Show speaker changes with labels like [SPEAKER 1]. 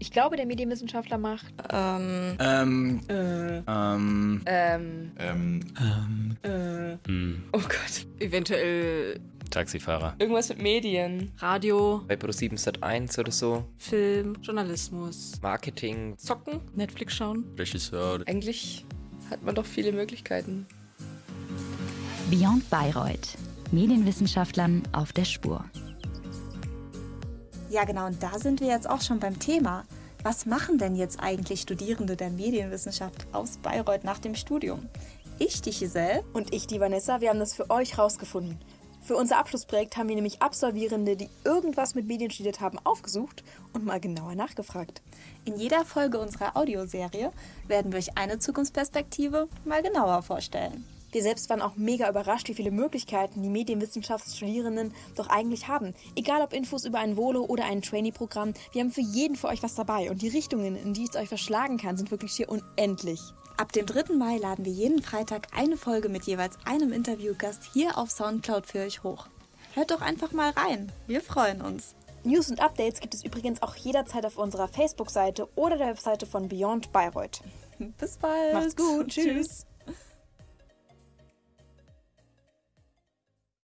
[SPEAKER 1] Ich glaube, der Medienwissenschaftler macht.
[SPEAKER 2] Ähm,
[SPEAKER 3] Ähm,
[SPEAKER 2] äh,
[SPEAKER 3] ähm,
[SPEAKER 2] ähm,
[SPEAKER 3] ähm,
[SPEAKER 2] äh,
[SPEAKER 4] Hm,
[SPEAKER 2] oh Gott. Eventuell
[SPEAKER 4] Taxifahrer.
[SPEAKER 2] irgendwas mit Medien.
[SPEAKER 5] Radio,
[SPEAKER 6] Bei Pro7 Sat 1 oder so.
[SPEAKER 5] Film, Journalismus,
[SPEAKER 6] Marketing.
[SPEAKER 2] Zocken?
[SPEAKER 5] Netflix schauen.
[SPEAKER 4] Regisseur.
[SPEAKER 2] Eigentlich hat man doch viele Möglichkeiten.
[SPEAKER 7] Beyond Bayreuth. Medienwissenschaftlern auf der Spur.
[SPEAKER 8] Ja, genau, und da sind wir jetzt auch schon beim Thema. Was machen denn jetzt eigentlich Studierende der Medienwissenschaft aus Bayreuth nach dem Studium? Ich, die Giselle,
[SPEAKER 9] Und ich, die Vanessa, wir haben das für euch rausgefunden. Für unser Abschlussprojekt haben wir nämlich Absolvierende, die irgendwas mit Medien studiert haben, aufgesucht und mal genauer nachgefragt.
[SPEAKER 8] in jeder Folge unserer Audioserie werden wir euch eine Zukunftsperspektive mal genauer vorstellen.
[SPEAKER 9] Wir selbst waren auch mega überrascht, wie viele Möglichkeiten die Medienwissenschaftsstudierenden doch eigentlich haben. Egal ob Infos über ein Volo oder ein Trainee-Programm, wir haben für jeden für euch was dabei und die Richtungen, in die es euch verschlagen kann, sind wirklich hier unendlich.
[SPEAKER 8] Ab dem 3. Mai laden wir jeden Freitag eine Folge mit jeweils einem Interviewgast hier auf Soundcloud für euch hoch. Hört doch einfach mal rein, wir freuen uns.
[SPEAKER 9] News und Updates gibt es übrigens auch jederzeit auf unserer Facebook-Seite oder der Webseite von Beyond Bayreuth.
[SPEAKER 8] Bis bald.
[SPEAKER 9] Macht's gut, tschüss.